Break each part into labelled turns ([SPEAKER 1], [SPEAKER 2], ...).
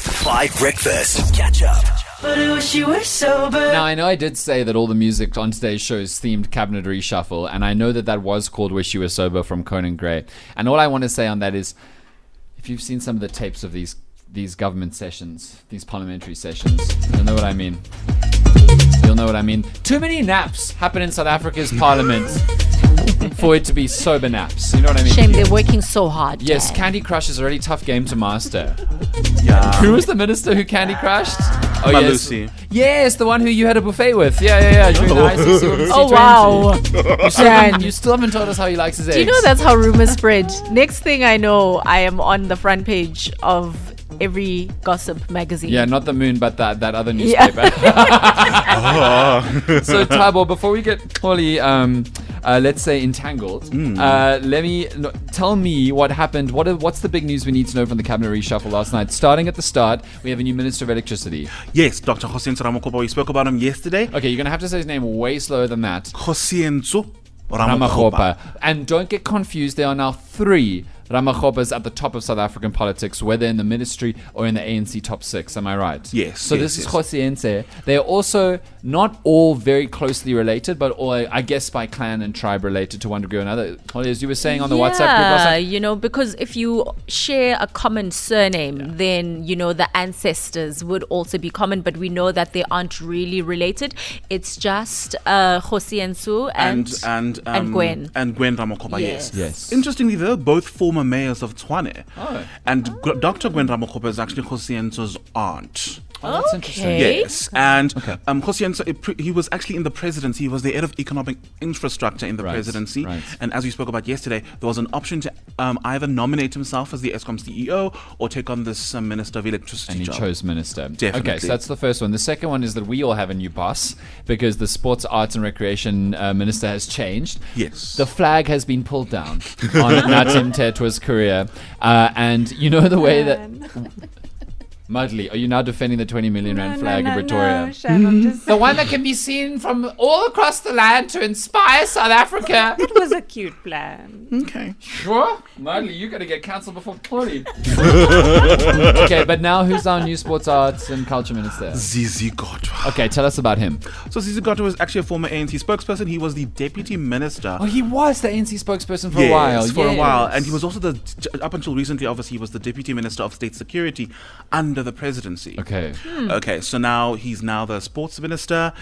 [SPEAKER 1] Five Breakfast. Catch up.
[SPEAKER 2] But I wish you were sober.
[SPEAKER 3] Now, I know I did say that all the music on today's show is themed Cabinet Reshuffle, and I know that that was called Wish You Were Sober from Conan Gray. And all I want to say on that is if you've seen some of the tapes of these these government sessions, these parliamentary sessions, you'll know what I mean. You'll know what I mean. Too many naps happen in South Africa's parliament for it to be sober naps. You know what I mean?
[SPEAKER 4] Shame they're working so hard.
[SPEAKER 3] Yes,
[SPEAKER 4] Dad.
[SPEAKER 3] Candy Crush is a really tough game to master. Who was the minister who Candy Crushed? Oh,
[SPEAKER 5] Malusi.
[SPEAKER 3] Yes, the one who you had a buffet with. Yeah, yeah, yeah. during the ICC World
[SPEAKER 4] Oh
[SPEAKER 3] T20.
[SPEAKER 4] wow,
[SPEAKER 3] And
[SPEAKER 4] Jan.
[SPEAKER 3] you still haven't told us how he likes his eggs.
[SPEAKER 4] Do you know that's how rumors spread? Next thing I know, I am on the front page of every gossip magazine.
[SPEAKER 3] Yeah, not the moon, but that, that other
[SPEAKER 4] Yeah.
[SPEAKER 3] newspaper. so, Tabo, before we get wholly, um, uh, let's say, entangled, uh, let me no, tell me what happened. What are, what's the big news we need to know from the cabinet reshuffle last night? Starting at the start, we have a new minister of electricity.
[SPEAKER 5] Yes, Dr. Josenzo Ramakopa, we spoke about him yesterday.
[SPEAKER 3] Okay, you're gonna have to say his name way slower than that.
[SPEAKER 5] Josenzo Ramakopa.
[SPEAKER 3] Ramakopa. And don't get confused, there are now three Ramakopas at the top of South African politics, whether in the ministry or in the ANC top six. Am I right?
[SPEAKER 5] Yes,
[SPEAKER 3] So
[SPEAKER 5] yes,
[SPEAKER 3] this is
[SPEAKER 5] yes.
[SPEAKER 3] Josiense. They're also not all very closely related, but all, I guess, by clan and tribe related to one degree or another. Holly, as you were saying on the WhatsApp group last
[SPEAKER 4] Yeah,
[SPEAKER 3] night.
[SPEAKER 4] you know, because if you share a common surname, then you know the ancestors would also be common. But we know that they aren't really related. It's just uh, Josiensu and
[SPEAKER 5] And and um,
[SPEAKER 4] and Gwen.
[SPEAKER 5] and Gwen Ramakopa, yes.
[SPEAKER 4] Yes.
[SPEAKER 3] Yes.
[SPEAKER 5] Interestingly, they're both former mayors of Tshwane.
[SPEAKER 3] Oh.
[SPEAKER 5] And G- Dr. Gwen Ramakopa is actually Josenzo's aunt.
[SPEAKER 3] Oh, that's interesting.
[SPEAKER 4] Okay.
[SPEAKER 5] Yes, and um, Josienzo, it pre- he was actually in the presidency. He was the head of economic infrastructure in the
[SPEAKER 3] Right,
[SPEAKER 5] presidency.
[SPEAKER 3] right.
[SPEAKER 5] And as we spoke about yesterday, there was an option to um, either nominate himself as the ESCOM CEO or take on this um, minister of electricity
[SPEAKER 3] And he
[SPEAKER 5] job.
[SPEAKER 3] chose minister. Okay, so
[SPEAKER 5] Definitely.
[SPEAKER 3] that's the first one. The second one is that we all have a new boss because the sports, arts, and recreation uh, minister has changed.
[SPEAKER 5] Yes.
[SPEAKER 3] The flag has been pulled down on Natim Tetwa's career. Uh, and you know the way that. Mudley, are you now defending the 20 million rand flag in Pretoria?
[SPEAKER 6] Shame, I'm just
[SPEAKER 3] The one that can be seen from all across the land to inspire South Africa.
[SPEAKER 6] it was a cute plan.
[SPEAKER 5] Okay.
[SPEAKER 3] Sure, Mudley, you're gonna get cancelled before Polly. okay, but now who's our new sports, arts, and culture minister?
[SPEAKER 5] Zizi Godwa.
[SPEAKER 3] Okay, tell us about him.
[SPEAKER 5] So Zizi Godwa was actually a former ANC spokesperson. He was the deputy minister.
[SPEAKER 3] Oh, he was the ANC spokesperson for
[SPEAKER 5] Yes,
[SPEAKER 3] a while.
[SPEAKER 5] for a
[SPEAKER 3] yes.
[SPEAKER 5] while, and he was also the up until recently, obviously, he was the deputy minister of state security under the presidency.
[SPEAKER 3] Okay.
[SPEAKER 5] Okay, so now he's now the sports minister,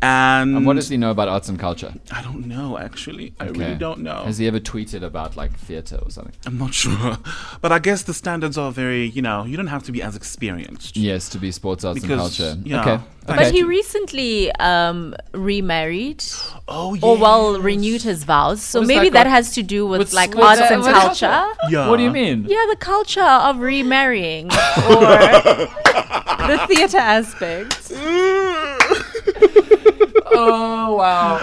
[SPEAKER 5] and,
[SPEAKER 3] And what does he know about arts and culture?
[SPEAKER 5] I don't know actually. I really
[SPEAKER 3] Okay.
[SPEAKER 5] Uh, don't know.
[SPEAKER 3] Has he ever tweeted about like theatre or something?
[SPEAKER 5] I'm not sure, but I guess the standards are very, you know, you don't have to be as experienced.
[SPEAKER 3] Yes, to be sports, arts,
[SPEAKER 5] Because,
[SPEAKER 3] and culture.
[SPEAKER 5] yeah, Uh,
[SPEAKER 3] okay.
[SPEAKER 5] thank
[SPEAKER 3] okay.
[SPEAKER 4] But he recently um, remarried,
[SPEAKER 5] Oh yeah.
[SPEAKER 4] or well, renewed his vows. So
[SPEAKER 3] Was that
[SPEAKER 4] maybe that,
[SPEAKER 3] got-
[SPEAKER 4] has to do with,
[SPEAKER 3] With-
[SPEAKER 4] like
[SPEAKER 3] with
[SPEAKER 4] arts
[SPEAKER 3] that-
[SPEAKER 4] and
[SPEAKER 3] with
[SPEAKER 4] culture.
[SPEAKER 5] Yeah.
[SPEAKER 3] What do you mean?
[SPEAKER 4] Yeah, the culture of remarrying.
[SPEAKER 6] The theatre aspect.
[SPEAKER 3] Oh wow!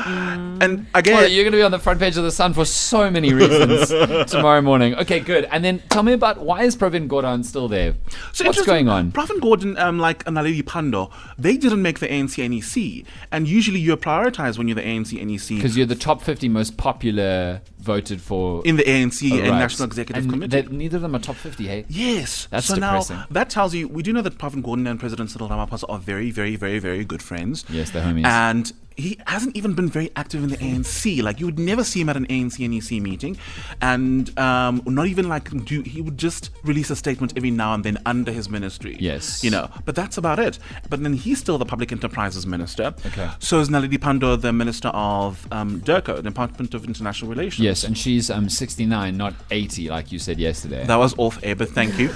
[SPEAKER 5] And again,
[SPEAKER 3] Well, you're going to be on the front page of the Sun for so many reasons tomorrow morning. Okay, good. And then tell me about why is Pravin Gordhan still there?
[SPEAKER 5] So
[SPEAKER 3] What's
[SPEAKER 5] interesting,
[SPEAKER 3] going on?
[SPEAKER 5] Pravin Gordhan, um, like Naledi Pando, they didn't make the ANC NEC, E and usually you're prioritized when you're the ANC NEC
[SPEAKER 3] Because you're the top 50 most popular voted for
[SPEAKER 5] in the ANC
[SPEAKER 3] Oh,
[SPEAKER 5] and
[SPEAKER 3] right.
[SPEAKER 5] National Executive
[SPEAKER 3] And
[SPEAKER 5] Committee.
[SPEAKER 3] they- neither of them are top 50, hey?
[SPEAKER 5] Yes.
[SPEAKER 3] That's
[SPEAKER 5] so
[SPEAKER 3] depressing.
[SPEAKER 5] now that tells you we do know that Pravin Gordhan and President Cyril Ramaphosa are very, very, very, very good friends.
[SPEAKER 3] Yes, they're homies.
[SPEAKER 5] And he hasn't even been very active in the ANC. Like you would never see him at an ANC NEC E meeting, and um, not even like do he would just release a statement every now and then under his ministry.
[SPEAKER 3] Yes.
[SPEAKER 5] You know, but that's about it. But then he's still the public enterprises minister.
[SPEAKER 3] Okay.
[SPEAKER 5] So is Naledi Pandor, the minister of um, DERCO, the Department of International Relations.
[SPEAKER 3] Yes, and she's um 69, not 80, like you said yesterday.
[SPEAKER 5] That was off air, but thank you.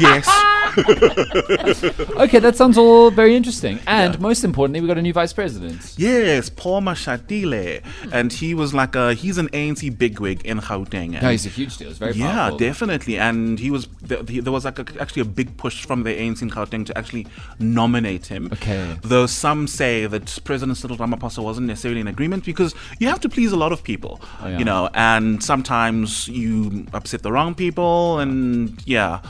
[SPEAKER 5] yes.
[SPEAKER 3] Okay, that sounds all very interesting. And most importantly, we got a new vice president.
[SPEAKER 5] Yes, Paul Mashatile. And he was like a, he's an ANC bigwig in Gauteng. And
[SPEAKER 3] No, he's a huge deal. It's very
[SPEAKER 5] yeah,
[SPEAKER 3] powerful.
[SPEAKER 5] definitely. And he was, there, there was like a, actually a big push from the ANC in Gauteng to actually nominate him.
[SPEAKER 3] Okay.
[SPEAKER 5] Though some say that President Cyril Ramaphosa wasn't necessarily in agreement because you have to please a lot of people,
[SPEAKER 3] Oh, yeah.
[SPEAKER 5] you know, and sometimes you upset the wrong people and yeah.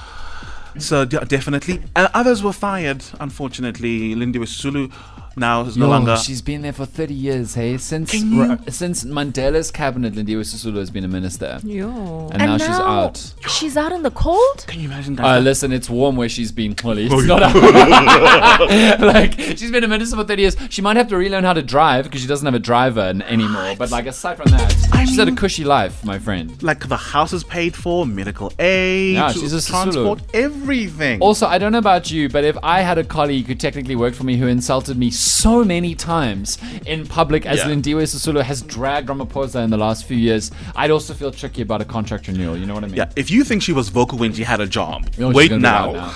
[SPEAKER 5] So de- definitely, and others were fired. Unfortunately, Lindiwe Sulu, now is no
[SPEAKER 3] Yo,
[SPEAKER 5] longer.
[SPEAKER 3] She's been there for 30 years, hey? Since
[SPEAKER 5] Can you-
[SPEAKER 3] Ra- since Mandela's cabinet, Lindiwe Sisulu has been a minister.
[SPEAKER 6] Yo.
[SPEAKER 3] And, now, she's out.
[SPEAKER 4] She's out in the cold.
[SPEAKER 5] Can you imagine that?
[SPEAKER 3] Uh, listen, it's warm where she's been, Holly. It's not out. like, she's been a minister for 30 years. She might have to relearn how to drive because she doesn't have a driver n- anymore. But, like, aside from that, she's had a cushy life, my friend.
[SPEAKER 5] like the house is paid for, medical aid,
[SPEAKER 3] Yeah, she's a
[SPEAKER 5] transport, everything.
[SPEAKER 3] Also, I don't know about you, but if I had a colleague who technically worked for me who insulted me so many times in public as
[SPEAKER 5] Yeah.
[SPEAKER 3] Lindiwe Sisulu has dragged Ramaphosa in the last few years, I'd also feel tricky about a contract renewal. You know what I mean?
[SPEAKER 5] yeah, if you think she was vocal when she had a job,
[SPEAKER 3] Oh, she's
[SPEAKER 5] wait
[SPEAKER 3] gonna be
[SPEAKER 5] now.
[SPEAKER 3] loud now.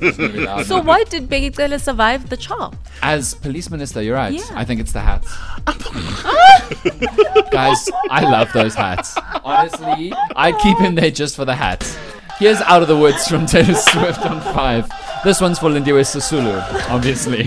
[SPEAKER 3] She's gonna be loud
[SPEAKER 4] So
[SPEAKER 3] now.
[SPEAKER 4] why did Begitele survive the chop?
[SPEAKER 3] As police minister, you're right.
[SPEAKER 4] Yeah.
[SPEAKER 3] I think it's the hats. Guys, I love those hats. Honestly, I'd keep him there just for the hats. Here's Out of the Woods from Taylor Swift on 5. This one's for Lindiwe Sisulu, obviously.